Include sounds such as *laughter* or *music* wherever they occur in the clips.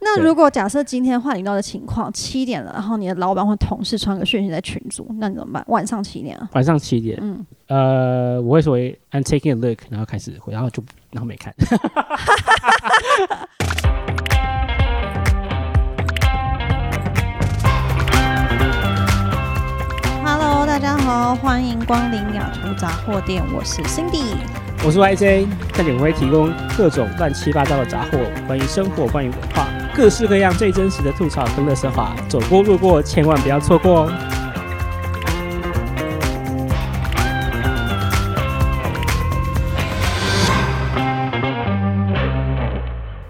那如果假设今天换你到的情况，七点了，然后你的老板或同事传个讯息在群组，那你怎么办？晚上七点啊？晚上七点，嗯，呃，我会说 I'm taking a look，然后开始回，然后就然后没看。 Hello，大家好，欢迎光临雅图杂货店，我是 Cindy。我是 YJ，在这里我会提供各种乱七八糟的杂货，关于生活，关于文化，各式各样最真实的吐槽跟乐色话，走过路过千万不要错过哦。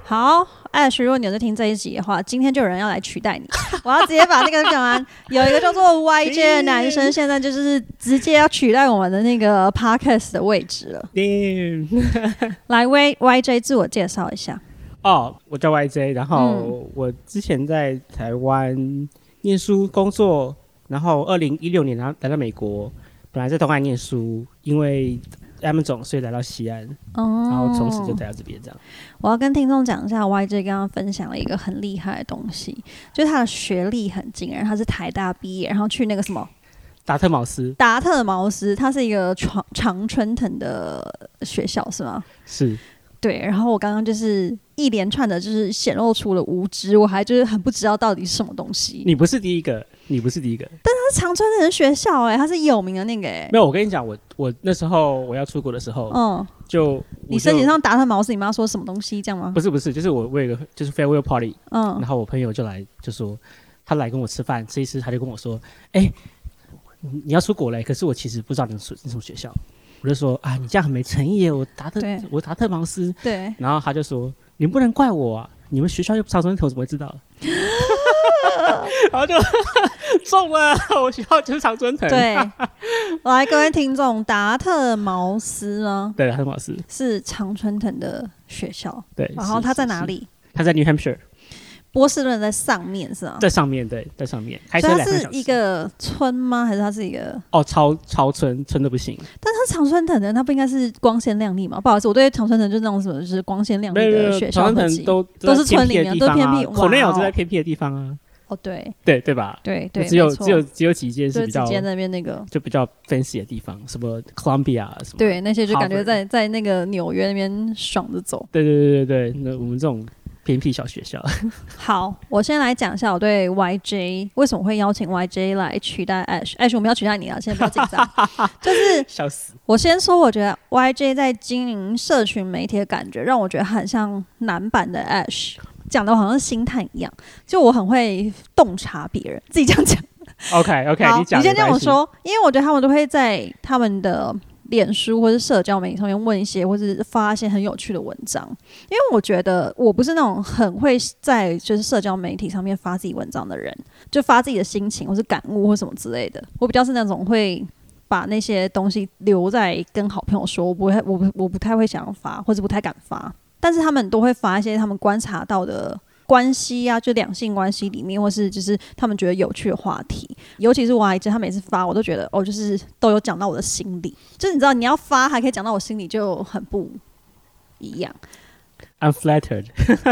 好，Ash，如果你有在听这一集的话，今天就有人要来取代你。我要直接把那个讲完。有一个叫做 YJ 的男生，现在就是直接要取代我们的那个 Podcast 的位置了。 Damn 来，Y YJ 自我介绍一下。哦，我叫 YJ，然后我之前在台湾念书工作，然后二零一六年然后来到美国，本来在东岸念书，因为 M 总所以来到西安，哦，然后从此就待到这边这样。我要跟听众讲一下，YJ 刚刚分享了一个很厉害的东西，就是他的学历很惊人，他是台大毕业，然后去那个什么达特茅斯达特茅斯，他是一个常常春藤的学校是吗？是对，然后我刚刚就是一连串的，就是显露出了无知，我还就是很不知道到底是什么东西。你不是第一个，你不是第一个。他是常春藤的学校哎、他是有名的那个哎、没有，我跟你讲，我我那时候我要出国的时候，嗯，就你我就申请上达特茅斯，你妈说什么东西这样吗不？是不是，就是我我有一个就是 farewell party，、嗯 *laughs* 然，后我朋友就来就说他来跟我吃饭，这一次他就跟我说，哎、你你要出国嘞，可是我其实不知道你是你什么学校，我就说啊，你这样很没诚意耶，我达特对我达特茅斯，对，然后他就说你们不能怪我啊，你们学校又不常春头怎么会知道？ *laughs* 然后就 *laughs* 中了，我学校就是常春藤， *laughs* 对，来各位听众，达特茅斯呢对，达特茅斯，是常春藤的学校，对。然后是它在是哪是里？他在 New Hampshire，波士顿在上面是吗？在上面，对，在上面，开所车以两它个是小时。一个村吗？还是它是一个？哦，超超村村的不行，但它是常春藤的，它不应该是光鲜亮丽吗？不好意思，我对常春藤就是那种什么，就是光鲜亮没丽有没的有，学长校安痕城迹。都都是在村偏里僻面都的地方偏啊僻，口内哇有就在哦偏僻的地方啊，哦，对对对吧？对对，只有没错只有只有几间就是是比之较间那边那个。就比较 fancy 的地方，什么 Columbia 啊什么，对，那些就感觉 Harvard 在在那个纽约那边爽着走。对对对对对，那我们这种偏僻小学校，好，我先来讲一下我对 YJ 为什么会邀请 YJ 来取代 Ash。Ash，我们要取代你啊了，现在不要紧张。 *laughs* 就是笑死，我先说，我觉得 YJ 在经营社群媒体的感觉，让我觉得很像男版的 Ash，讲的好像星探一样。就我很会洞察别人，自己这样讲。 OK OK，好，你讲，先没这样关系，说，因为我觉得他们都会在他们的脸书或是社交媒体上面问一些，或是发一些很有趣的文章。因为我觉得我不是那种很会在就是社交媒体上面发自己文章的人，就发自己的心情或是感悟或什么之类的。我比较是那种会。把那些东西留在跟好朋友说，我不会，我不，我不太会想要发，或者不太敢发。但是他们都会发一些他们观察到的关系啊，就两性关系里面，或是就是他们觉得有趣的话题。尤其是我阿姨，她每次发，我都觉得哦，就是都有讲到我的心里。就是你知道，你要发还可以讲到我心里，就很不一样。 ，I'm flattered，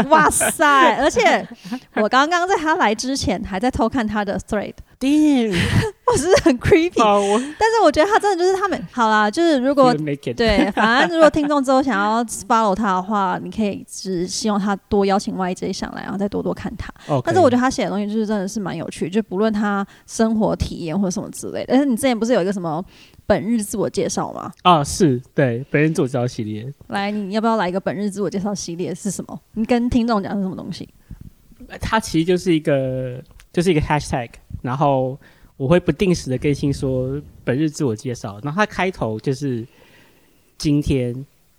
哇塞！而且我刚刚在她来之前，还在偷看她的 thread， ，Damn，我是不是很 creepy。好，我但是我觉得她真的就是他们好啦，就是如 *laughs* 果 feel naked 对，反正如果听众之后想要 follow 他的话，你可以只希望他多邀请 YJ 上来，然后再多多看他。 OK，但是我觉得他写的东西就是真的是蛮有趣，就不论他生活体验或者什么之类的。但是你之前不是有一个什么本日自我介绍吗？啊是对，本人做招系列，来，你要不要来一个本日自我介绍系列是什么？你跟听众讲是什么东西？它其实就是一个就是一个 hashtag，然后我会不定时的更新说本日自我介绍，然后它开头就是今天，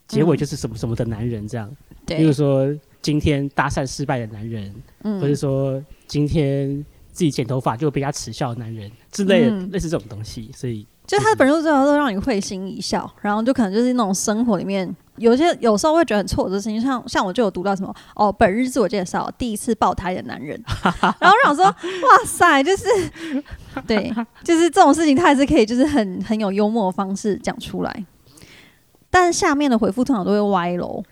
结尾就是什么什么的男人这样，比如嗯对，说今天搭讪失败的男人，嗯或者说今天自己剪头发就被他耻笑的男人之类的，嗯类似这种东西，所以就是他的本日自我介绍都让你会心一笑，然后就可能就是那种生活里面。有些有时候会觉得很挫折的事情，像像我就有读到什么哦，本日自我介绍，第一次爆胎的男人，然后让我说哇塞，就是对，就是这种事情，他还是可以就是很很有幽默的方式讲出来。但下面的回复通常都会歪楼，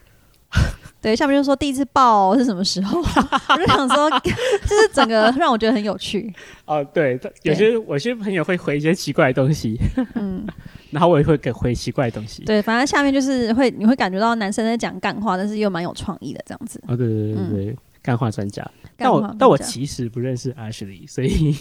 对，下面就说第一次抱是什么时候， *laughs* 我就想说， *laughs* 就是整个让我觉得很有趣。哦，对，有些我有些朋友会回一些奇怪的东西， *laughs* 嗯，然后我也会给回奇怪的东西。对，反正下面就是会你会感觉到男生在讲干话，但是又蛮有创意的这样子。哦，对对对嗯对对，干话专家。干但话我不但我讲其实不认识 Ashley，所以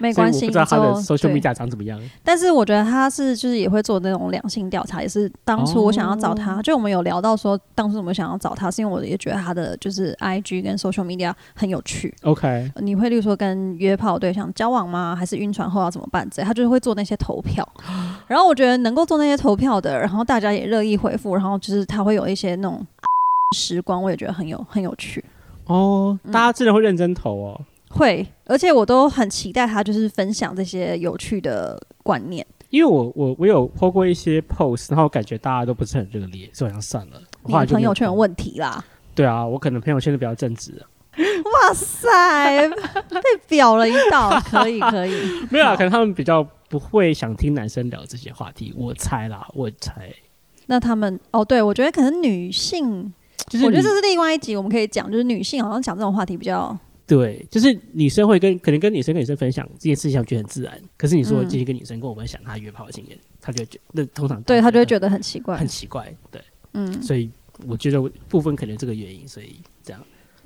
没 *laughs* 所以关我系，不知道他的就 social 对 media 长怎么样。但是我觉得他是就是也会做那种两性调查，也是当初我想要找哦他，就我们有聊到说，当初我们想要找他，是因为我也觉得他的就是 I G 跟 social media 很有趣。 OK，你会例如说跟约炮对象交往吗？还是晕船后要怎么办？这他就是会做那些投 *gasps* 票，然后我觉得能够做那些投票的，然后大家也热议回复，然后就是他会有一些那种 *laughs* 时光，我也觉得很有很有趣。哦，嗯大家真的会认真投哦，会，而且我都很期待他就是分享这些有趣的观念。因为我我我有 po 过一些 post，然后感觉大家都不是很热烈，所以好像算了。我你后来的就没朋有友圈有 po 问题啦。对啊，我可能朋友圈都比较正直啊，哇塞， *laughs* 被表了一 *laughs* 道，可以可以，没有啊， *laughs* 好可能他们比较不会想听男生聊这些话题，我猜啦，我猜。那他们哦，对我觉得可能女性，就是我觉得你哦这是另外一集我们可以讲，就是女性好像讲这种话题比较，对，就是女生会跟可能跟女生跟女生分享这件事情，觉得很自然。可是你说嗯今天跟女生跟我分享她约炮的经验，她就会觉得那通常对她就会觉得得很奇怪很，奇怪。对，嗯所以我觉得我部分可能这个原因，所以这样。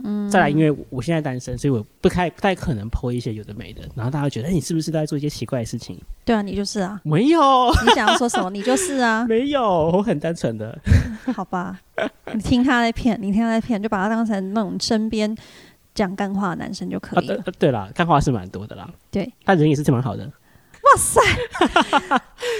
嗯，再来，因为我我现在单身，所以我不太不太可能剖一些有的没的，然后大家会觉得、哎你是不是都在做一些奇怪的事情？对啊，你就是啊，没有，你想要说什么你就是啊， *laughs* 没有，我很单纯 *laughs* 的。好吧，你听他在骗，你听他在骗，就把他当成那种身边讲干话的男生就可啊，以对了。呃对啦，看话是蛮多的啦。对，他人也是挺蛮好的。哇 *laughs* 塞，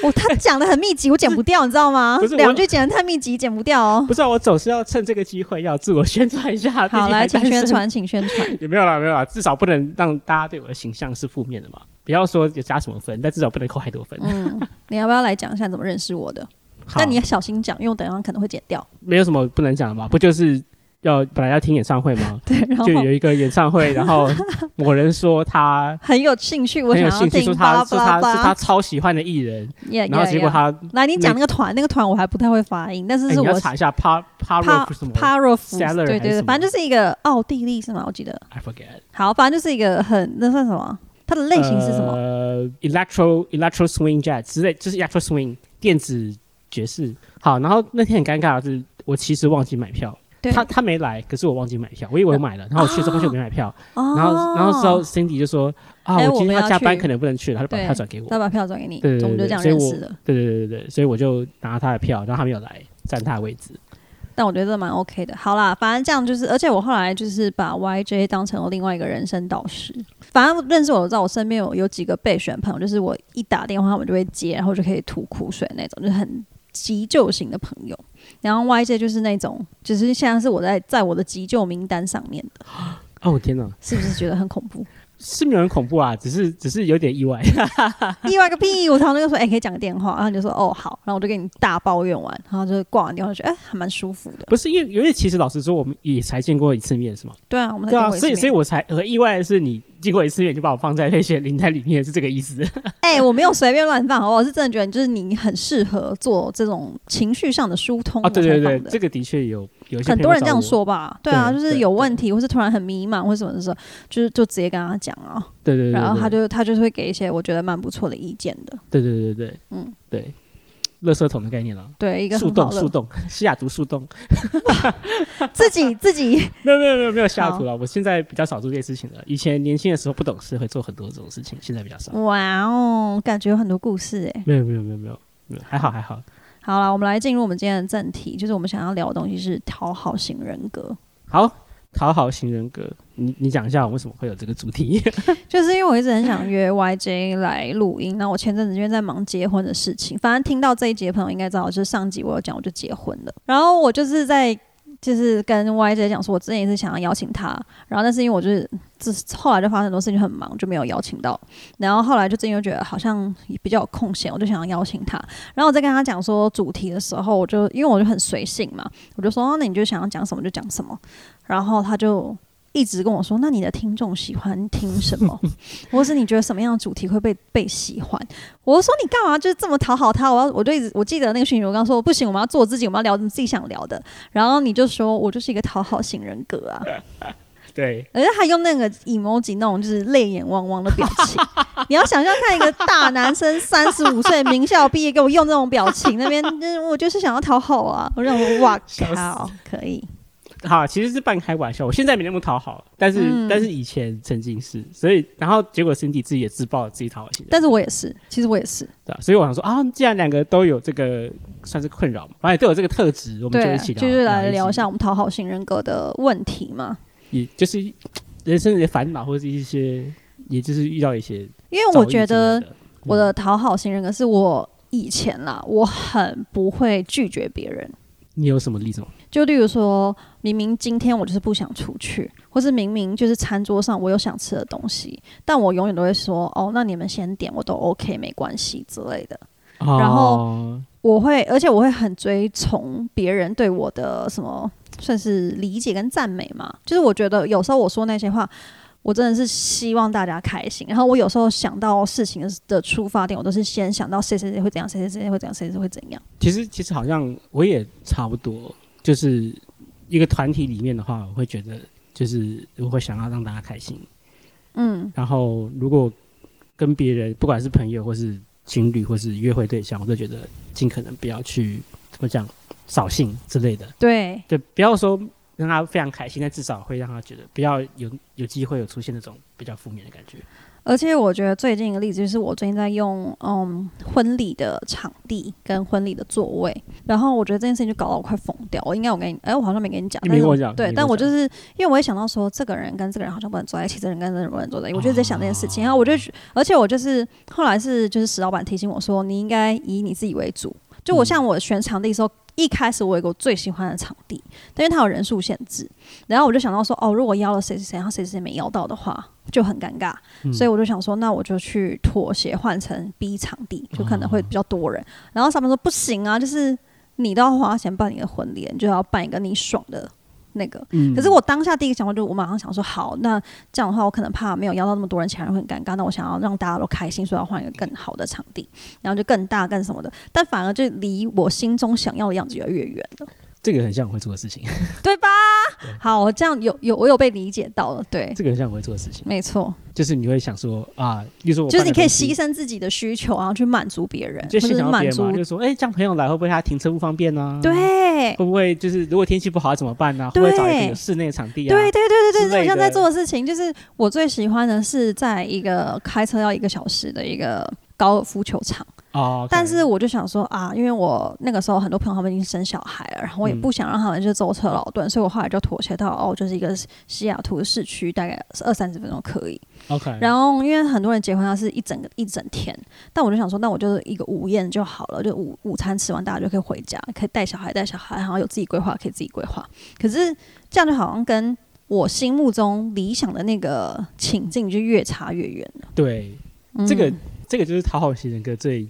我他讲的很密集，我剪不掉，你知道吗 *laughs* 不是？我两句剪的太密集，剪不掉哦。 *laughs* 不是、啊，我总是要趁这个机会要自我宣传一下。毕好，竟来，还请单宣 *laughs* 身传，请宣传。也没有啦，没有啦，至少不能让大家对我的形象是负面的嘛。不要说有加什么分，但至少不能扣太多分。嗯，你要不要来讲一下怎么认识我的？好但你要小心讲，因为我等一下可能会剪掉。？没有什么不能讲的嘛？不就是要本来要听演唱会吗 *laughs* 对，然后就有一个演唱会，然 *laughs* 后某人说他很有兴趣， *laughs* 我很想有要兴趣，听说巴拉他巴说他拉是巴他拉。超喜欢的艺人，耶然后结果他来，你讲那个团，那个团我还不太会发音，但是哎是你我要查一下 pa pa rock 什么 Paro f Seller 对对还是什对，么反正就是一个奥地利是吗？我记得。 ，I forget 好，反正就是一个很那算什么？它的类型是什么？呃，electro electro swing jazz 之类，就是 electro swing 电子爵士。好，然后那天很尴尬的是，我其实忘记买票。对，他他没来，可是我忘记买票，我以为我买了，然后我去的时候发现我没买票，哦然后然后之后 Cindy 就说啊，哎我今我们天要加班，去可能不能去了，他就把对票转给我，他把票转给你，对对对我们就这样所以认我识的。对对对对对，所以我就拿他的票，然后他没有来，占他的位置，但我觉得这蛮 OK 的。好啦，反正这样就是，而且我后来就是把 YJ 当成我另外一个人生导师。反正认识我的知道，我身边有有几个备选朋友，就是我一打电话他们就会接，然后就可以吐苦水那种，就是很急救型的朋友。然后 YJ 就是那种，就是现在是我在在我的急救名单上面的，哦天哪，是不是觉得很恐 *laughs* 怖？是没有很恐怖啊，只是只是有点意外，意外个屁！我常常就说，哎、可以讲个电话，然后你就说，哦，好，然后我就跟你大抱怨完，然后就挂完电话就觉得，哎、还蛮舒服的。不是因为因为其实老实说，我们也才见过一次面是吗？对啊，我们才对见啊，过一次所以面所以我才很意外的是，你见过一次面就把我放在那些名单里面，是这个意思？ *laughs* 哎、我没有随便乱放，好不好我是真的觉得，就是你很适合做这种情绪上的疏通啊，对对我才对放，的这个的确有有一些很朋友多人找这样我，说吧，对啊，对就是对有问题或是突然很迷茫或什么的时候，就是就直接跟他讲啊，对对对，然后对他就他就是会给一些我觉得蛮不错的意见的，对对对对，嗯嗯，对，垃圾桶的概念了。对，一个树很好洞，的树洞，西雅图树洞，自己自己没有没有没有没有西雅图了。我现在比较少做这些事情了。以前年轻的时候不懂事，会做很多这种事情，现在比较少。哇哦，感觉有很多故事哎、没有没有没有没有没有，还好还好。好了，我们来进入我们今天的正题，就是我们想要聊的东西是讨好型人格。好，讨好型人格，你你讲一下我为什么会有这个主题？ *laughs* 就是因为我一直很想约 YJ 来录音，那我前阵子因为在忙结婚的事情，反正听到这一集的朋友应该知道，就是上集我有讲我就结婚了，然后我就是在就是跟 YJ 讲说，我之前也是想要邀请他，然后但是因为我就是这后来就发生很多事情很忙，就没有邀请到，然后后来就最近又觉得好像比较有空闲，我就想要邀请他，然后我在跟他讲说主题的时候，我哦就因为我就很随性嘛，我就说、啊那你就想要讲什么就讲什么，然后他就。一直跟我说，那你的听众喜欢听什么，或是你觉得什么样的主题会被被喜欢？我就说你干嘛就是这么讨好他？我要我就一直我记得那个讯息，我刚说不行，我们要做自己，我们要聊你自己想聊的。然后你就说我就是一个讨好型人格啊， *laughs* 对，而且还用那个 emoji 那种就是泪眼汪汪的表 *laughs* 情。你要想象看一个大男生三十五岁名校毕业，给我用那种表情，那边就是我就是想要讨好啊，我让我哇笑死靠，可以。好，其实是半开玩笑。我现在没那么讨好，但是、嗯但是以前曾经是，所以然后结果 Cindy 自己也自爆了自己讨好型人格，但是我也是，其实我也是，对吧所以我想说啊，既然两个都有这个算是困扰嘛，而且都有这个特质，我们就对，啊一起聊，就是来聊一一下下我们讨好型人格的问题嘛。也就是人生的烦恼，或者是一些，也就是遇到一些因为遭我遇之类觉的，得我的讨好型人格是我以前啦，我很不会拒绝别人。嗯你有什么例子吗？就例如说，明明今天我就是不想出去，或是明明就是餐桌上我有想吃的东西，但我永远都会说哦，那你们先点，我都 OK，没关系之类的。然后哦我会，而且我会很追从别人对我的什么算是理解跟赞美嘛。就是我觉得有时候我说那些话，我真的是希望大家开心。然后我有时候想到事情的的出发点，我都是先想到谁谁谁会怎样，谁谁谁会怎样，谁谁谁会怎样。其实其实好像我也差不多，就是一个团体里面的话，我会觉得就是我会想要让大家开心，嗯，然后如果跟别人不管是朋友或是情侣或是约会对象，我都觉得尽可能不要去怎么讲扫兴之类的，对，对，不要说让他非常开心，但至少会让他觉得不要有有机会有出现那种比较负面的感觉。而且我觉得最近一个例子就是我最近在用嗯婚礼的场地跟婚礼的座位，然后我觉得这件事情就搞到我快疯掉。我应该我跟你，哎、我好像没跟你讲，你但没是跟我讲对你没，跟但我我就讲是因为我也想到说，这个人跟这个人好像不能坐在一起，这个人跟这个人不能坐在一起，我就在想这件事情。然后我就，哦而且我就是后来是就是石老板提醒我说，你应该以你自己为主。就我嗯像我选场地的时候，一开始我有一个我最喜欢的场地，但因为它有人数限制，然后我就想到说，哦，如果邀了谁谁谁，然后谁谁谁没邀到的话，就很尴尬。嗯所以我就想说，那我就去妥协，换成 B 场地，就可能哦会比较多人。然后他们说不行啊，就是你都要花钱办你的婚礼，你就要办一个你爽的那个。嗯可是我当下第一个想法就是，我马上想说，好，那这样的话，我可能怕没有邀到那么多人，其他人会很尴尬。那我想要让大家都开心，所以要换一个更好的场地，然后就更大、更什么的。但反而就离我心中想要的样子越来越远 *laughs* 了，这个很像我会做的事情，对吧？好，我这样有有我有被理解到了，对，这个很像我会做的事情，没错。就是你会想说啊，例如说我就是你可以牺牲，牲自己的需求，然后去满足别人，就或者欣是赏到别满人足嘛，就是说哎，这样朋友来会不会他停车不方便呢？，对。会不会就是如果天气不好怎么办啊呢？会对不会找一个有室内的场地啊？对对对对之类对，的我像在做的事情，就是我最喜欢的是在一个开车要一个小时的一个高尔夫球场，哦，但是我就想说啊，因为我那个时候很多朋友他们已经生小孩了，然后我也嗯不想让他们就舟车劳顿，所以我后来就妥协到哦，就是一个西雅图市区大概二三十分钟可以， OK，然后因为很多人结婚他是一整个一整天，但我就想说，那我就是一个午宴就好了，就午午餐吃完大家就可以回家，可以带小孩带小孩，然后有自己规划，可以自己规划。可是这样就好像跟我心目中理想的那个情境就越差越远了。对嗯这个这个就是讨好型人格最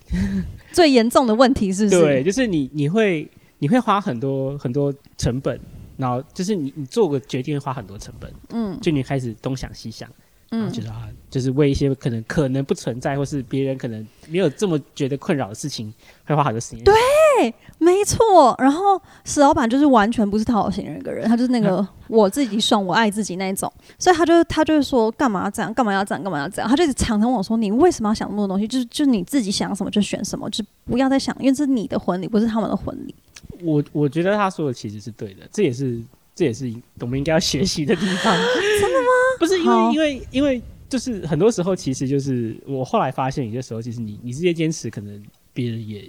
最严重的问题是不是？对，就是你你会你会花很多很多成本，然后就是你你做个决定会花很多成本，嗯就你开始东想西想，然后嗯觉得啊，就是为一些可能可能不存在或是别人可能没有这么觉得困扰的事情，会花很多时间。对，没错。然后石老板就是完全不是讨好型人格人，他就是那个我自己爽，我爱自己那一种。所以他就他就是说干嘛要这样，干嘛要这样，干嘛要这样。他就一直常常问我说：“你为什么要想那么多东西？就是就是你自己想什么就选什么，就是不要再想，因为这是你的婚礼，不是他们的婚礼。我我觉得他说的其实是对的，这也是这也是我们应该要学习的地方。 *laughs* 真的吗？不是因为好因为因为就是很多时候其实就是我后来发现，有些时候其实你你这些坚持，可能别人也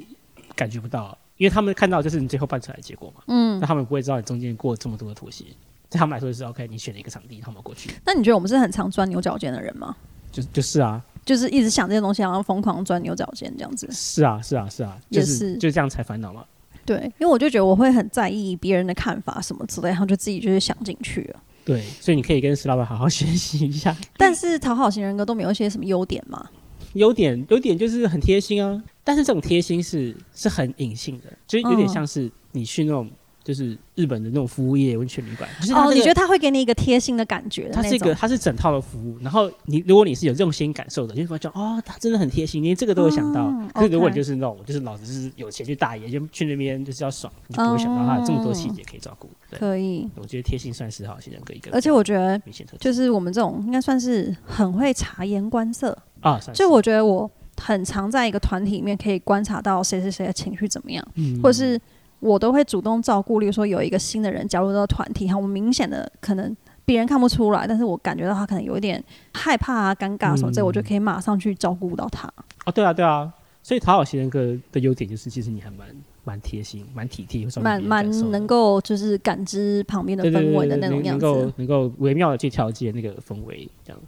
感觉不到，因为他们看到就是你最后办出来的结果嘛。嗯那，他们不会知道你中间过了这么多的妥协，对他们来说就是 OK，你选了一个场地，他们过去，那你觉得我们是很常钻牛角尖的人吗？就就是啊，就是一直想这些东西，然后疯狂钻牛角尖这样子。是啊，是啊，是啊，也就是就这样才烦恼嘛。对，因为我就觉得我会很在意别人的看法什么之类，然后就自己就是想进去了。对，所以你可以跟石老板好好学习一下。但是讨好型人格都没有一些什么优点嘛？优点优点就是很贴心啊，但是这种贴心是是很隐性的，就是有点嗯像是你去那种。就是日本的那种服务业温泉旅馆，就是它哦，那你个觉得他会给你一个贴心的感觉的它是那一个种？它是整套的服务，然后你如果你是有用心感受的，你就会觉得哦，它真的很贴心，连这个都有想到嗯。可是如果 OK 你就是那种，就是老子就是有钱去大爷，就去那边就是要爽，你就不会想到它有这么多细节可以照顾。对，可以，我觉得贴心算是好，现在可以跟哦而且我觉得明显特质就是我们这种应该算是很会察言观色，啊，算是就我觉得我很常在一个团体里面可以观察到谁谁谁的情绪怎么样，嗯或者是我都会主动照顾，例如说有一个新的人加入到团体，然后我明显的可能别人看不出来，但是我感觉到他可能有一点害怕啊、尴尬什么之类，嗯我就可以马上去照顾到他。哦，对啊，对啊，所以讨好型人格的优点就是，其实你还蛮蛮贴心、蛮体贴，会照顾别蛮人蛮感受的能够就是感知旁边的对对对氛围的对那对种能样能子够。能够微妙的去调节那个氛围，这样。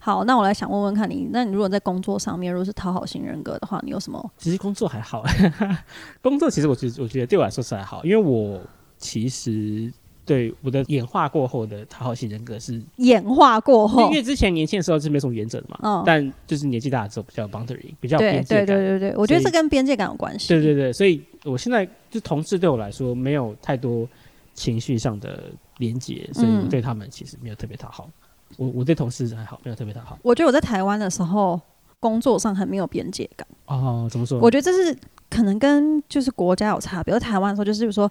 好，那我来想问问看你，那你如果在工作上面，如果是讨好型人格的话，你有什么？其实工作还好， *laughs* 工作其实我觉得我觉得对我来说是还好，因为我其实对我的演化过后的讨好型人格是，演化过后因，为之前年轻的时候是没什么原则的嘛，嗯但就是年纪大了之后比较有 boundary，比较有对边界对对感。对对，我觉得这所以跟边界感有关系。对对对，所以我现在就同事对我来说没有太多情绪上的连接，所以我对他们其实没有特别讨好。我我对同事还好，没有特别讨好。我觉得我在台湾的时候，工作上很没有边界感。哦，怎么说？我觉得这是可能跟就是国家有差别。在台湾的时候，就是比如说，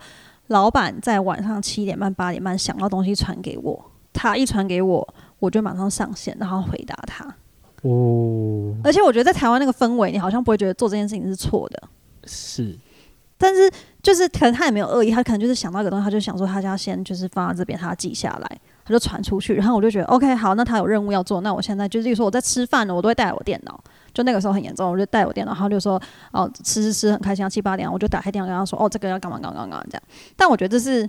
老板在晚上七点半、八点半想到东西传给我，他一传给我，我就马上上线，然后回答他。哦，而且我觉得在台湾那个氛围，你好像不会觉得做这件事情是错的，是但是就是可能他也没有恶意，他可能就是想到一个东西，他就想说他要先就是放在这边，他记下来，他就传出去。然后我就觉得 OK，好，那他有任务要做，那我现在就是例如说我在吃饭呢，我都会带我电脑。就那个时候很严重，我就带我电脑，然后就说哦吃吃吃很开心，七八点我就打开电脑跟他说哦这个要干嘛干嘛干嘛这样。但我觉得这是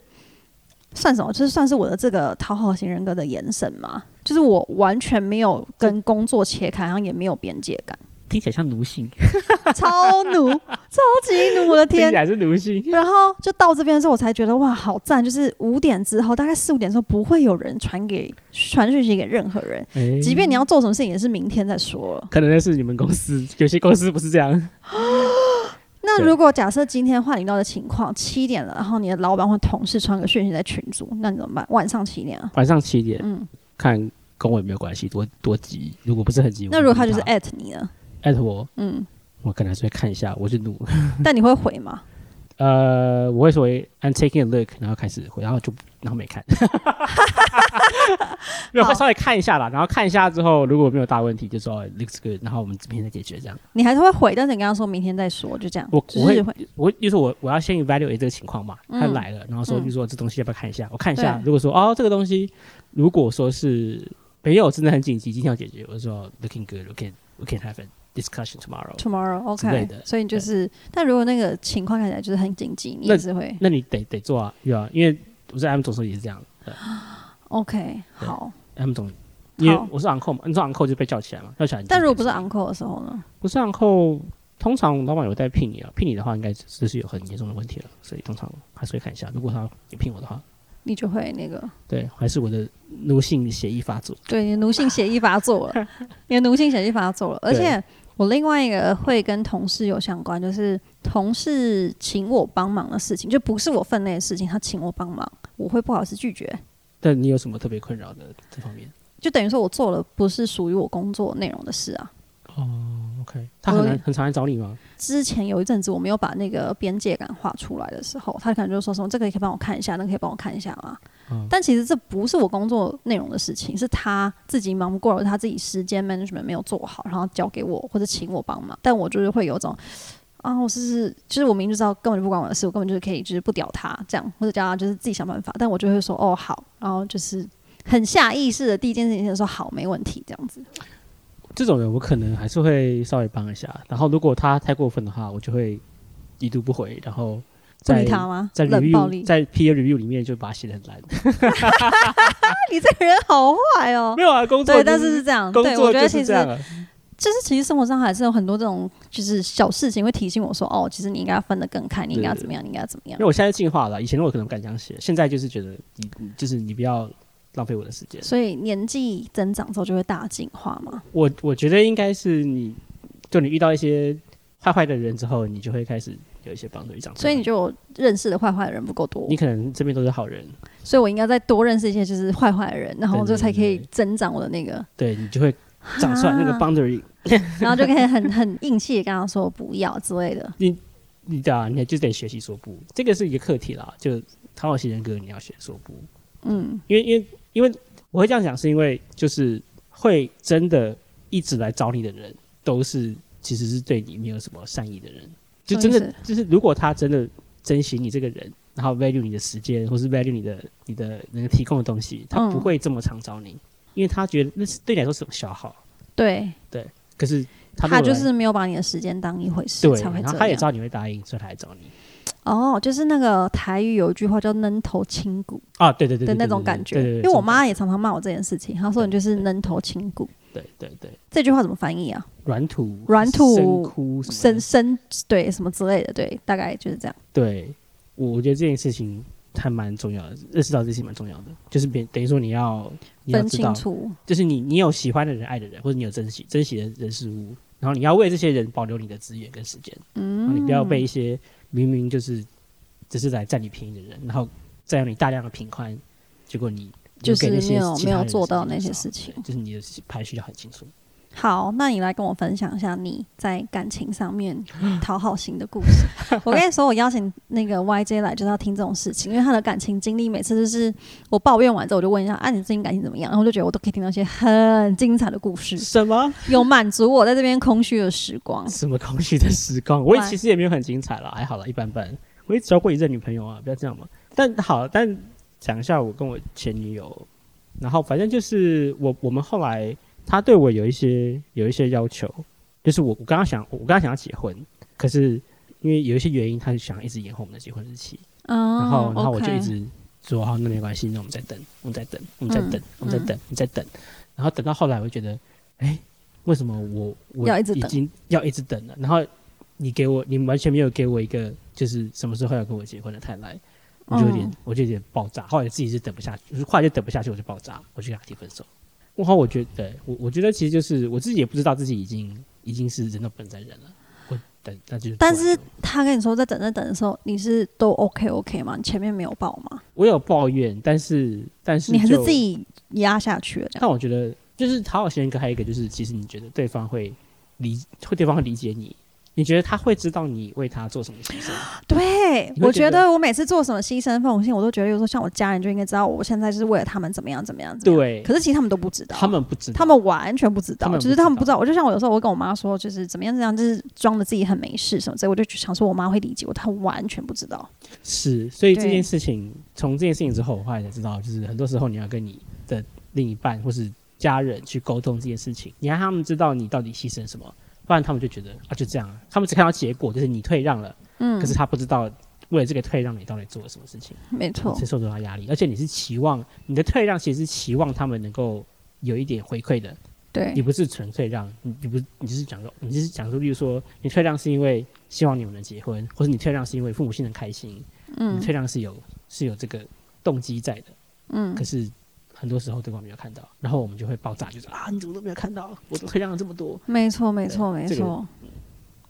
算什么？就是算是我的这个讨好型人格的延伸嘛，就是我完全没有跟工作切开，然后也没有边界感。听起来像奴性，超奴，超级奴，我的听起天！来是奴性。然后就到这边的时候，我才觉得哇，好赞！就是五点之后，大概四五点的时候，不会有人传给传讯息给任何人，哎即便你要做什么事情，也是明天再说了。可能那是你们公司，有些公司不是这样。那对如果假设今天换你到的情况，七点了，然后你的老板或同事传个讯息在群组，那你怎么办？晚上七点啊？晚上七点嗯，看跟我有没有关系，多多急。如果不是很急，那如果他我就是理艾特你呢？艾特我，嗯，我可能还是会看一下，我是奴。但你会回吗？呃，我会说 I'm taking a look，然后开始回，然后就然后没看， *laughs* 没有好会稍微看一下啦，然后看一下之后，如果没有大问题，就说哦 looks good，然后我们这边再解决这样。你还是会回，但是你跟他说明天再说，就这样。我只我是会我就是我我要先 evaluate 这个情况嘛，嗯他来了，然后说嗯就说这东西要不要看一下，我看一下对，如果说哦这个东西，如果说是没有真的很紧急，今天要解决，我就说 looking good，we can we can have a discussion tomorrow。 tomorrow 之类 OK 的。所以你就是，但如果那个情况看起来就是很紧急，你那也是会。那你得得做啊，对啊，因为我在 M 总时候也是这样对 OK，对好。 ，M 总。因为好我是昂扣嘛，你说昂扣就被叫起来嘛，叫起来你就得做。但如果不是 uncle 的时候呢？不是昂扣，通常老板有在聘你啊，聘你的话应该就是有很严重的问题了，所以通常还是会看一下。如果他你聘我的话，你就会那个，对，还是我的奴性协议发作。对，你的奴性协议发作 *laughs* 了，你的奴性协议发作了。而且我另外一个会跟同事有相关，就是同事请我帮忙的事情，就不是我分内的事情，他请我帮忙，我会不好意思拒绝，但你有什么特别困扰的这方面就等于说我做了不是属于我工作内容的事啊。哦？OK，他很我难很常来找你吗？之前有一阵子我没有把那个边界感画出来的时候，他可能就说什么这个可以帮我看一下，那个可以帮我看一下嘛。嗯但其实这不是我工作内容的事情，是他自己忙不过来，他自己时间 management 没有做好，然后交给我或者请我帮忙，但我就是会有一种。啊，我是就是我明明就知道根本就不关我的事，我根本就是可以就是不屌他这样，或者叫他就是自己想办法，但我就会说哦好，然后就是很下意识的第一件事情就是说好没问题这样子。这种人我可能还是会稍微帮一下，然后如果他太过分的话，我就会已读不回，然后不在理他吗？在冷暴力 review，在 peer review 里面就把它写的很烂。你 *laughs* 这个人好坏哦。 *laughs* 没有啊，工作对，就但是是这样，工对，我作觉就得其是实这样啊。就是其实生活上还是有很多这种就是小事情会提醒我说，哦，其实你应该分得更开，你应该怎么样，你应该怎么样因为。我现在进化了，以前我可能不敢这样写，现在就是觉得你你就是你不要浪费我的时间。所以年纪增长之后就会大进化嘛。我我觉得应该是你，就你遇到一些坏坏的人之后，你就会开始有一些帮助，一长出来。所以你就认识的坏坏的人不够多你，可能这边都是好人，所以我应该再多认识一些就是坏坏的人，然后对这对才可以对增长我的那个，对你就会长出来那个啊 boundary。然后就可以很很硬气的跟他说不要之类的。你对啊，你就得学习说不，这个是一个课题啦。就讨好型人格，你要学说不，嗯，因为因为因为我会这样讲，是因为就是会真的一直来找你的人，都是其实是对你没有什么善意的人，就真什么的就是如果他真的珍惜你这个人，然后 value 你的时间，或是 value 你的你的能够提供的东西，他嗯不会这么常找你，因为他觉得那是对你来说是种消耗，对，可是他他如果就来是没有把你的时间当一回事，对，才会然这后样。他也知道你会答应，所以他来找你。哦，就是那个台语有一句话叫“扔头轻骨啊，对对”的对对那对种对感觉，对对对因为我这种感妈也常常骂我这件事情，她说你就是“扔头轻骨对对对，”这句话怎么翻译啊？软土软土深枯什么深的深对什么之类的，对，大概就是这样。对，我我觉得这件事情还蛮重要的，认识到这件事情蛮重要的，就是别等于说你要你要分知道清，楚，就是你你有喜欢的人、爱的人，或者你有珍惜珍惜的人事物，然后你要为这些人保留你的资源跟时间，然后嗯，啊你不要被一些明明就是只是来占你便宜的人，然后占用你大量的品宽，结果你。就给是那没些有其没他有人做时间到那很些少事情。对就是你的排序要很清楚。好，那你来跟我分享一下你在感情上 *laughs* 面讨好型的故事。我跟你说，我邀请那个 YJ 来就是要听这种事情，因为他的感情经历每次就是我抱怨完之后，我就问一下，啊，你最近感情怎么样？然后我就觉得我都可以听到一些很精彩的故事，什么？有满足我在这边空虚的时光。什么空虚的时光？我也哇其实也没有很精彩啦，还好啦，一般般。我也交过一任女朋友啊，不要这样嘛。但好，但讲一下我跟我前女友，然后反正就是我我们后来她对我有一些有一些要求，就是我我刚刚想我刚刚想要结婚，可是因为有一些原因，她就想一直延后我们的结婚日期，嗯，然后然后我就 OK 一直说好，那没关系，那我们再等，我们再等，我嗯们再等，我们再等，我们再等，然后等到后来，我就觉得，哎，为什么我我要一直已等经要一直等了？然后你给我，你完全没有给我一个就是什么时候要跟我结婚的 timeline，我就有点嗯，我就有点爆炸。后来自己是等不下去，就是后来就等不下去，我就爆炸，我就跟他提分手。然后我觉得，我我觉得其实就是我自己也不知道自己已经已经是忍到不能再忍了，我等那就是突然但就是他跟你说在等在等的时候，你是都 OK OK 吗？你前面没有抱吗？我有抱怨，但是但是你还是就自己压下去了这样？但我觉得，就是讨好型人格还有一个就是，其实你觉得对方会理，会对方会理解你，你觉得他会知道你为他做什么牺牲。对，你会我觉觉得得我每次做什么牺牲奉献，我都觉得有时候像我家人就应该知道，我现在就是为了他们怎么样怎么样怎么样。对，可是其实他们都不知道，他们不知道，他们完全不知道，他们不就是他们不知道知道。我就像我有时候我会跟我妈说，就是怎么样怎么样，就是装的自己很没事什么之类，我就想说我妈会理解我，她完全不知道。是，所以这对件事情，从这件事情之后，我后来才知道，就是很多时候你要跟你的另一半或是家人去沟通这件事情，你让他们知道你到底牺牲什么，不然他们就觉得啊就这样啊，他们只看到结果，就是你退让了，嗯可，是他不知道为了这个退让你到底做了什么事情。没错啊承，受多少压力，而且你是期望你的退让，其实是期望他们能够有一点回馈的，对你，不是纯退让，你你不是你就是讲说，你就是讲说，例如说你退让是因为希望你们能结婚，或者你退让是因为父母亲能开心，嗯你退让是有是有这个动机在的，嗯可，是很多时候对方没有看到，然后我们就会爆炸，就是啊你怎么都没有看到，我都退让了这么多，没错，没错，对没这个错。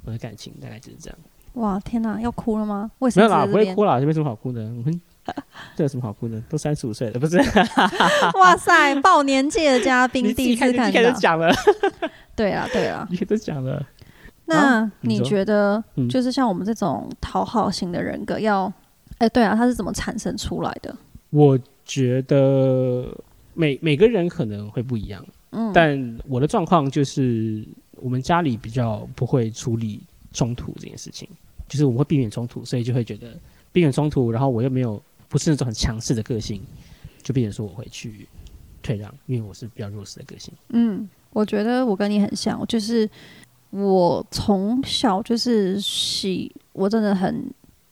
我的感情大概就是这样，哇，天哪，要哭了吗？为什没么有啦，只是不这会边？哭啦，这没什么好哭的，我们这有什么好哭的，都三十五岁了，不是 *laughs* 哇塞，爆年界的嘉 *laughs* 你宾自第一己次看你自看己看到就。讲了， *laughs* 对啊，对啊。你都讲了。那啊你你说觉得嗯，就是像我们这种讨好型的人格，要，哎，对啊，它是怎么产生出来的？我觉得每每个人可能会不一样，嗯，但我的状况就是我们家里比较不会处理冲突这件事情，就是我们会避免冲突，所以就会觉得避免冲突，然后我又没有不是那种很强势的个性，就变成说我会去退让，因为我是比较弱势的个性。嗯，我觉得我跟你很像，就是我从小就是喜，我真的很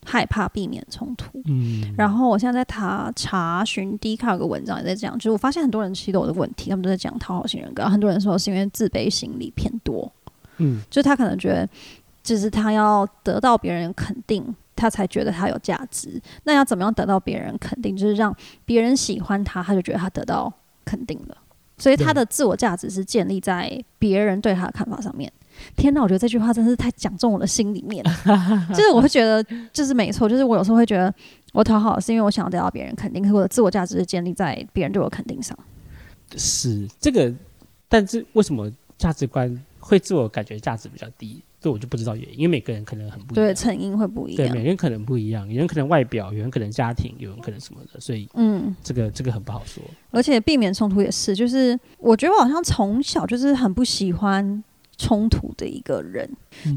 害怕避免冲突。嗯然后我现在在查查询 D 卡有个文章也在讲，就是我发现很多人其实都有的问题，他们都在讲讨好型人格，很多人说是因为自卑心理偏多，嗯，就是他可能觉得，就是他要得到别人肯定，他才觉得他有价值。那要怎么样得到别人肯定？就是让别人喜欢他，他就觉得他得到肯定了。所以他的自我价值是建立在别人对他的看法上面。天哪，我觉得这句话真是太讲中我的心里面 *laughs* 了。就是我会觉得，就是没错，就是我有时候会觉得我讨好是因为我想要得到别人肯定，可是我的自我价值是建立在别人对我肯定上。是这个，但是为什么价值观会自我感觉价值比较低？这我就不知道原因，因为每个人可能很不一对，样。成因会不一对，样每。个人可能不一样，有人可能外表，有人可能家庭，有人可能什么的，所以嗯，这个这个很不好说。而且避免冲突也是，就是我觉得我好像从小就是很不喜欢冲突的一个人。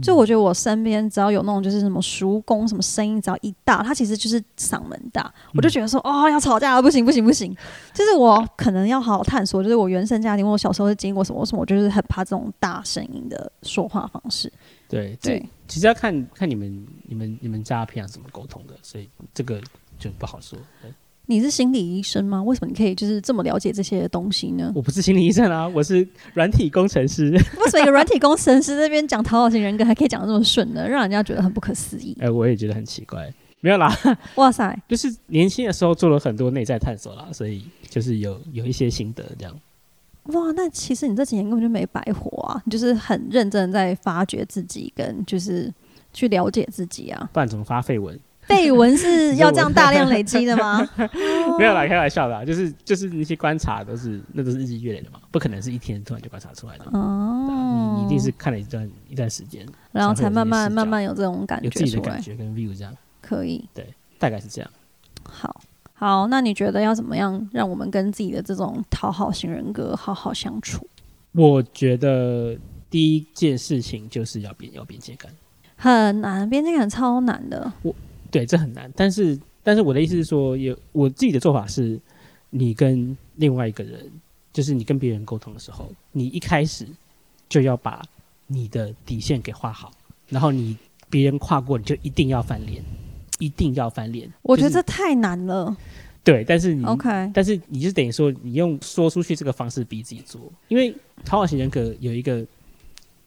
就我觉得我身边只要有那种就是什么叔公什么声音，只要一大，他其实就是嗓门大，我就觉得说哦要吵架了，不行不行不行。就是我可能要好好探索，就是我原生家庭，我小时候是经历过什么什么，我就是很怕这种大声音的说话方式。对，这对，其实要看看你们你们你们家平常怎么沟通的，所以这个就不好说。对你是心理医生吗？为什么你可以就是这么了解这些东西呢？我不是心理医生啊，我是软体工程师。为什么一个软体工程师这边讲讨好型人格还可以讲得这么顺呢？让人家觉得很不可思议。 *laughs* 哎、我也觉得很奇怪。没有啦， *laughs* 哇塞，就是年轻的时候做了很多内在探索啦，所以就是有有一些心得这样。。哇，那其实你这几年根本就没白活啊！你就是很认真地在发掘自己，跟就是去了解自己啊 *laughs* 不然怎么发绯闻？背文是要这样大量累积的吗？哦 *laughs* 没有啦，开玩笑的啦，就是就是那些观察都是那都是日积月累的嘛，不可能是一天突然就观察出来的。对啊哦，你你一定是，看了一段一段时间，然后才慢慢才会有这些视角慢慢有这种感有自觉己的出感来，觉跟 view 这样，可以，大概是这样。好。好，那你觉得要怎么样让我们跟自己的这种讨好型人格好好相处？我觉得第一件事情就是要边要边界感，很难，边界感超难的。对，这很难。但是但是我的意思是说，有我自己的做法是，你跟另外一个人，就是你跟别人沟通的时候，你一开始就要把你的底线给画好，然后你别人跨过，你就一定要翻脸，一定要翻脸。我觉得就是这太难了。对，但是你 OK，但是你就等于说，你用说出去这个方式逼自己做，因为讨好型人格有一个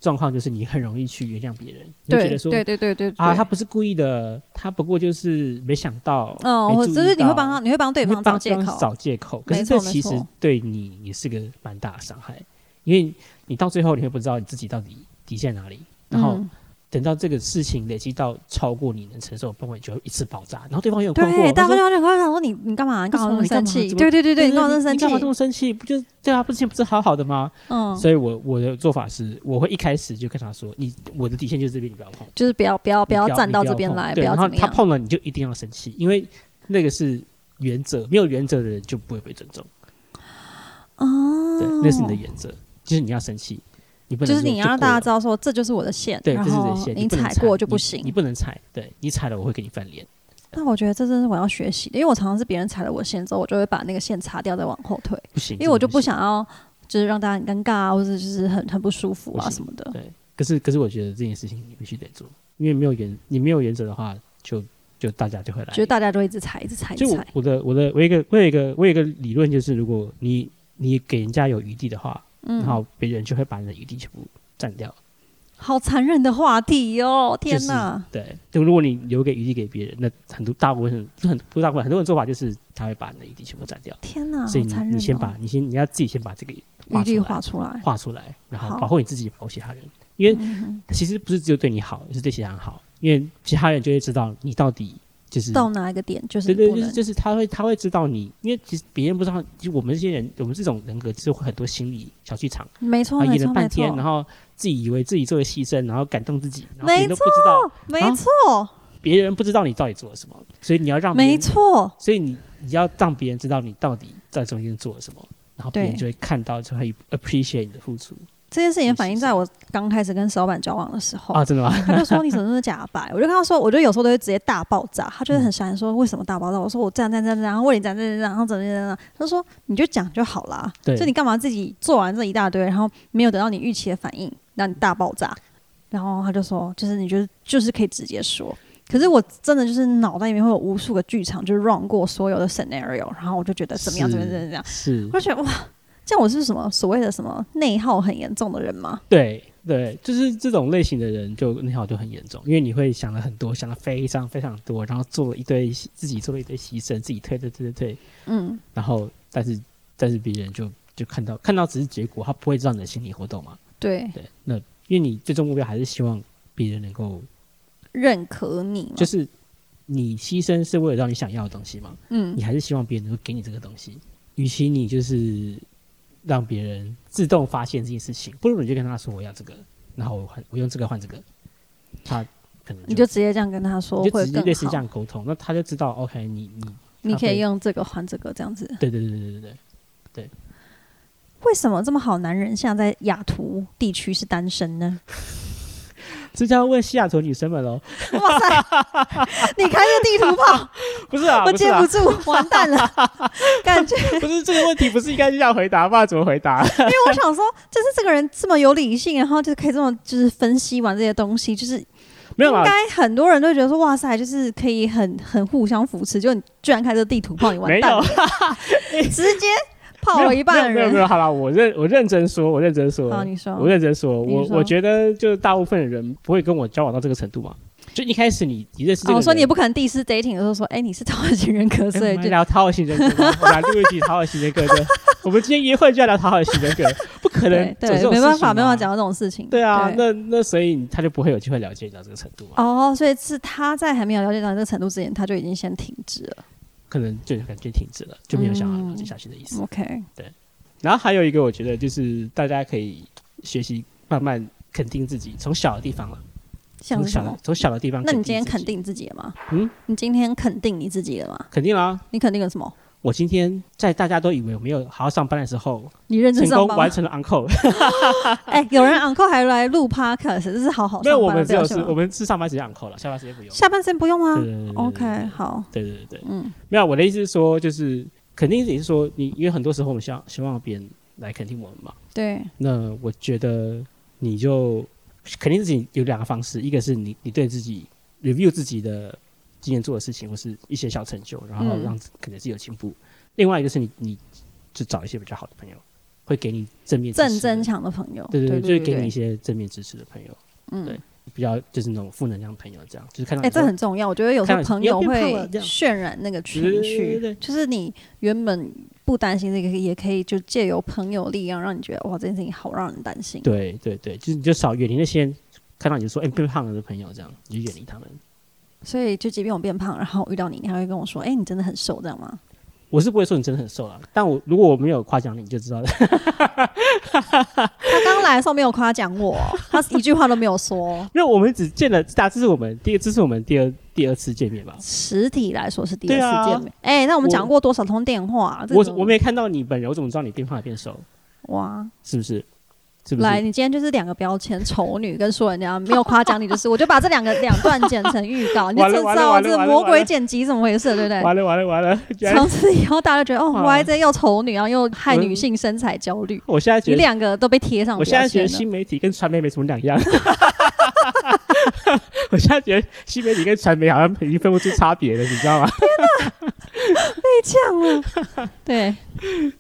状况，就是你很容易去原谅别人，你会觉对得说对对对对啊，对他不是故意的，他不过就是没想到，哦，没或注者意就是你会帮到他，你会帮对你会方帮找借对口方，找借口，可是没这错没其实错对你也是个蛮大的伤害，因为你到最后你会不知道你自己到底底线哪里，然后嗯等到这个事情累积到超过你能承受的范围，就会一次爆炸，然后对方也有困惑，对，他大部说分就很快想说你你干嘛？你干嘛那么为什么你干生嘛气？怎么对对对对，对你干嘛那么生你气干？嘛这么生气？不就对啊？不是不是好好的吗？嗯，所以我我的做法是，我会一开始就跟他说，你我的底线就是这边，你不要碰。就是不要不要不要你站到你这边来，碰不对要然后怎么他样。碰了你就一定要生气，因为那个是原则，没有原则的人就不会被尊重。哦，对，那是你的原则，就是你要生气，你不能就是说你要让过大家了知道说这就是我的线，对，这然是你的后线，你不能踩过就你不你行。不能踩，对你踩了我会给你翻脸。那我觉得这真是我要学习的，因为我常常是别人踩了我线之后，我就会把那个线擦掉，再往后退，不行，因为我就真的不行。想要就是让大家很尴尬啊，或者就是很很不舒服啊不行什么的。对，可是可是我觉得这件事情你必须得做，因为没有原你没有原则的话，就就大家就会来。觉得大家就一直踩，一直踩，一就直我踩。我的我的我有一个我有一个我有一个理论就是，如果你你给人家有余地的话，嗯然，后别人就会把你的余地全部占掉。好残忍的话题哦！天就是哪，对，就如果你留给余地给别人，那很多大部分很不是大部分很多人做法就是他会把你的余地全部占掉，天啊哪，好所以你残忍！哦你先把你先你要自己先把这个余地画画出来出来，画出来，然后好保护你自己，保护其他人，因为嗯哼其实不是只有对你好，也是对其他人好，因为其他人就会知道你到底就是到哪一个点就是对你对，不就是能。就是他会他会知道你，因为其实别人不知道，就我们这些人，我们这种人格就是会很多心理小剧场，没错然后哦没啊演了错没半天，然错，后自己以为自己做了牺牲，然后感动自己，然后别没人都不知道，没啊错别人不知道你到底做了什么，所以你要让别没人，错，所以你你要让别人知道你到底在中间做了什么，然后别人对就会看到，就会 appreciate 你的付出这件事情反映在我刚开始跟老板交往的时候啊，，真的吗？他就说你怎么那么假白？ *laughs* 我就跟他说，我就有时候都会直接大爆炸。他就是很傻眼说为什么大爆炸？我说我站站站站，然后为你站站站，然后怎么怎么怎么。他说你就讲就好啦，对就你干嘛自己做完这一大堆，然后没有得到你预期的反应，让你大爆炸。然后他就说，就是你就是就是可以直接说。可是我真的就是脑袋里面会有无数个剧场，就是 run 过所有的 scenario，然后我就觉得怎么样是怎么样怎么样怎么样，是我，就觉得哇，这样我是什么所谓的什么内耗很严重的人吗？对对，就是这种类型的人就内耗就很严重，因为你会想了很多，想了非常非常多，然后做了一堆牺自己做了一堆牺牲，自己推推推推推，嗯，然后但是但是别人就就看到看到只是结果，他不会知道你的心理活动嘛？对，对，那因为你最终目标还是希望别人能够，认可你嘛，就是你牺牲是为了让你想要的东西嘛，嗯你还是希望别人能够给你这个东西。与其你就是让别人自动发现这件事情，不如你就跟他说我要这个，然后我换我用这个换这个，他可能你就直接这样跟他说你就会直接更类似这好，样沟通，那他就知道 OK，你你你可他以会用这个换这个这样子。对对对对对对，为什么这么好男人现在在雅图地区是单身呢？ *laughs* 这就要问西雅图女生们喽，哇塞，你开个地图炮，不是 *laughs* 啊，我不是接啊不，住，完蛋了，感觉不是这个问题，不是应该这样回答，不然怎么 *laughs* 回答？因为我想说，就是这个人这么有理性，然后就可以这么就是分析完这些东西，就是没有应啦，该很多人都觉得说，哇塞，就是可以很很互相扶持。就你居然开这地图炮，你完没蛋有了，直接泡没有了一半的没有没有没人。有，好了，我认我认真说，我认真说，好，你说我认真说，你我嗯说我觉得就是大部分的人不会跟我交往到这个程度嘛。就一开始你你认识这哦，个人，我说你也不可能第一次 dating 的时候说，哎，你是讨好型人格，哎所以我们就聊讨好型人格 *laughs* 吧，我们来录一集讨好型人格的。我们今天约会就要聊讨好型人 *laughs* 格，不可能对，走这对，种没办事情法，嘛没办法讲。到这种事情。对啊，那那所以他就不会有机会了解你到这个程度嘛？哦，所以是他在还没有了解到这个程度之前，他就已经先停止了。可能就感觉停止了，就没有想要了解下去的意思。 OK，然后还有一个，我觉得就是大家可以学习慢慢肯定自己，从小的地方了，像从是什小么的？从小的地方。那你今天肯肯定自己了吗？嗯，你今天肯定你自己了吗？肯定啦。你肯定了什么？我今天在大家都以为我没有好好上班的时候，你认真成上功班吗完？成了 uncle。哎、有人 uncle 还来录 podcast，这是好好没有，哦上我班的们只有表是现我吗。们是上班时间 uncle 了，下班时间不用。下半身不用吗对对对对对？OK，好，对对对对，嗯，没有我的意思是说，就是肯定也是说你，因为很多时候我们希望希望别人来肯定我们嘛。对，那我觉得你就肯定自己有两个方式，一个是你你对自己 review 自己的今年做的事情或是一些小成就，然后嗯让自可能自己有进步；另外一个是你你就找一些比较好的朋友，会给你正面支持正的增强的朋友，对对对对，就是对给你一些正面支持的朋友，嗯，对比较就是那种负能量的朋友，这样就是看到哎、你这说很重要。我觉得有时候嗯看朋友你又会变胖了这样渲染那个情对对对绪，对对就是你原本不担心这个，也可以就借由朋友力量，让你觉得哇，这件事情好让人担心。对对对，就是你就少远离那些看到你说哎、变胖了的朋友，这样你就远离他们。所以，就即便我变胖，然后遇到你，你还会跟我说：“哎、你真的很瘦，这样吗我是不会说你真的很瘦了，但我如果我没有夸奖你，你就知道了。？” *laughs* 他刚来的时候没有夸奖我，哦他一句话都没有说。哦因为我们只见了，大这是我们第这是我们第二第二次见面吧。实体来说是第对二啊次见面，哎、那我们我讲过多少通电话、啊这我种我没看到你本人，我怎么知道你变胖了变瘦？哇！是不是？是不来，是？你今天就是两个标签，丑女跟说人家没有夸奖你， *laughs* 就是我就把这两个两段剪成预告，你就完了知完了道完了这完了魔完鬼了剪辑怎么回事，对不对？完了完了完了！原来从此以后，大家就觉得哦哇，Y J 又丑女，然后又害我女性身材焦虑，我现在觉你得，两个都被贴上嗯我现标在签觉得了。新媒体跟传媒没什么两样。 *laughs* 我现在觉得新媒体跟传媒好像已经分不出差别了，你知道吗？ *laughs* 对，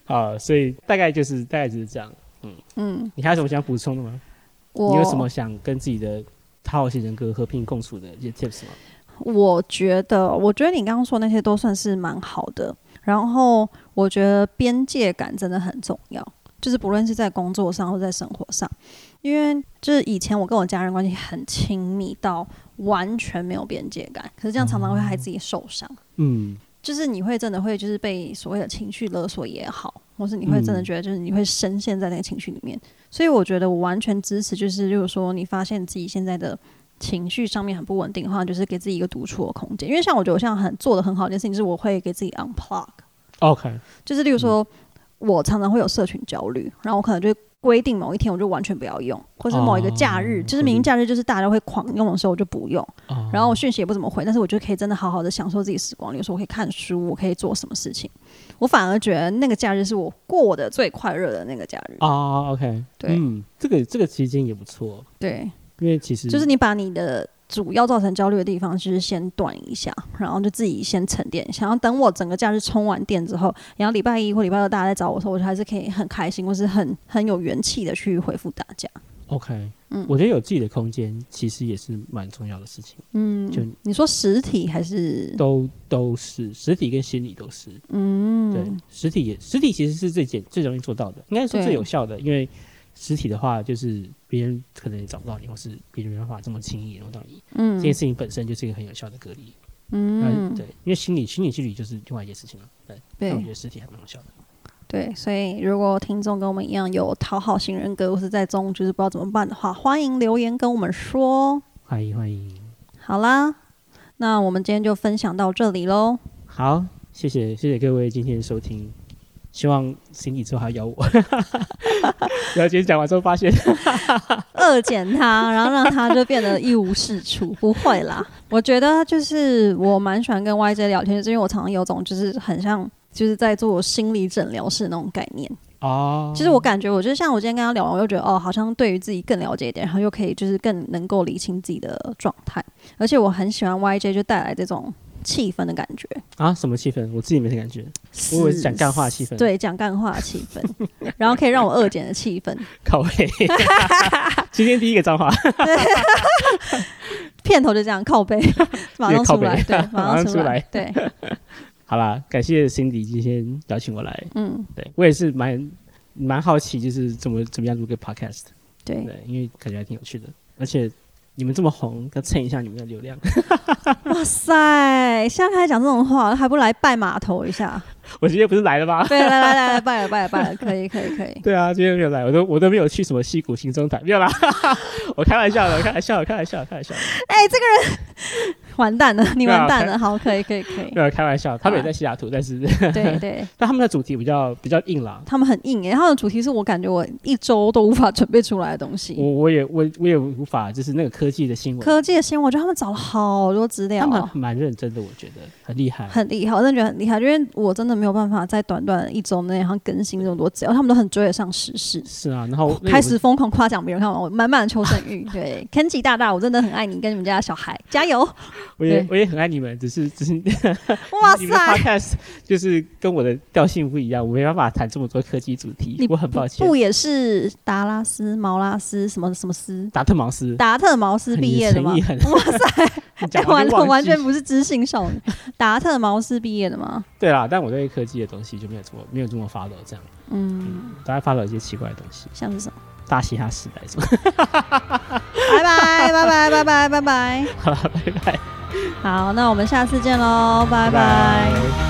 啊，所以大概就是大概就是这样。嗯，你还有什么想补充的吗？我你有什么想跟自己的讨好型人格和平共处的一些 tips 吗？我觉得，我觉得你刚刚说那些都算是蛮好的。然后我觉得边界感真的很重要，就是不论是在工作上或在生活上，因为就是以前我跟我家人关系很亲密到完全没有边界感，可是这样常常会害自己受伤。嗯，就是你会真的会就是被所谓的情绪勒索也好，或是你会真的嗯觉得就是你会深陷在那个情绪里面。所以我觉得我完全支持，就是如果说你发现自己现在的情绪上面很不稳定的话，就是给自己一个独处的空间。因为像我觉得我现在很做的很好的一件事情，就是我会给自己 unplug， OK，就是例如说、我常常会有社群焦虑，然后我可能就。规定某一天我就完全不要用，或是某一个假日，哦就是明明假日就是大家会狂用的时候，我就不用。哦然后我讯息也不怎么回，但是我就可以真的好好的享受自己时光。比如说，我可以看书，我可以做什么事情。我反而觉得那个假日是我过得最快乐的那个假日。啊，OK，对嗯，这个这个期间也不错，对，因为其实就是你把你的主要造成焦虑的地方，就是先断一下，然后就自己先沉淀一下。然后等我整个假日充完电之后，然后礼拜一或礼拜二大家来找我的时候，我就还是可以很开心，或是很很有元气的去回复大家。 OK，嗯我觉得有自己的空间其实也是蛮重要的事情，嗯就，你说实体还是都都是实体跟心理都是，对嗯，，实体也实体其实是最简最容易做到的，应该说对最有效的，因为实体的话，就是别人可能也找不到你，或是别人没办法这么轻易弄到你。嗯这件事情本身就是一个很有效的隔离。嗯那，对，因为心理心理距离就是另外一件事情了。对，但我觉对得实体还蛮有效的。对，所以如果听众跟我们一样有讨好型人格，或是在中就是不知道怎么办的话，欢迎留言跟我们说。欢迎欢迎，好啦，那我们今天就分享到这里喽。好，谢谢谢谢各位今天的收听。希望 Cindy 之后还要咬我， *laughs* 然后今天讲完之后发现， *laughs* 恶剪他，然后让他就变得一无是处。不会啦，我觉得就是我蛮喜欢跟 YJ 聊天，就是因为我常常有种就是很像就是在做心理诊疗室那种概念。哦，其实我感觉，我就像我今天跟他聊完，我又觉得哦，好像对于自己更了解一点，然后又可以就是更能够理清自己的状态。而且我很喜欢 YJ 就带来这种气氛的感觉，啊什么气氛，我自己没什么感觉，我以为是讲干话的气氛，，对讲干话的气氛，然后可以让我恶减的气氛。靠背， *laughs* 今天第一个脏话，片头就这样靠背，马上出来，靠背 *laughs* 对，马上马上出来来，对，好啦，感谢 Cindy 今天邀请我来，嗯，对我也是蛮蛮好奇，就是怎么怎么样录个 podcast，对。对，因为感觉还挺有趣的，而且你们这么红，要蹭一下你们的流量， *laughs* 哇塞！现在开始讲这种话，还不来拜码头一下？我今天不是来了吗？对，来来来来，拜了拜了拜了，可以可以可以。对啊，今天没有来，我都我都没有去什么戏谷行踪 *laughs* 台，没有啦，我开玩笑的，我开玩笑的，开玩笑的，开玩 *laughs* 笑的，哎、这个人完蛋了，你对啊完蛋开了。好，可以可以可以。没有开玩笑，他们也在西雅图，但是 *laughs* 对对，但他们的主题比较比较硬啦，他们很硬哎、他们的主题是我感觉我一周都无法准备出来的东我西。我也我我也无法，就是那个科技的新闻，科技的新闻，我觉得他们找了好多资料他们哦、蛮认真的，我觉得很厉害，很厉害，我真的觉得很厉害，因为我真的没有办法在短短一周内然后更新这么多资料，他们都很追得上时事。是啊，然后那个开始疯狂夸奖别人，看完我满满的求生 *laughs* 欲。对，Kenji 大大，我真的很爱你，跟你们家的小孩加油！我也对我也很爱你们，只是 *laughs* 只是哇你们的塞， podcast 就是跟我的调性不一样，我没办法谈这么多科技主题你，我很抱歉不。也是达拉斯、毛拉斯什么什么斯、达特茅斯达特茅斯毕业的吗很？遗很，哇塞， *laughs* 你讲完完就了，忘记完全不是知性少女。达特茅斯毕业的吗？对啦。但我对科技的东西就没有这么没有这么 follow 这样，嗯，大家 follow 一些奇怪的东西，像是什么？大嘻哈时代什么。拜拜拜拜拜拜 *laughs* 拜拜。好了，拜拜，好，那我们下次见喽，拜拜拜。拜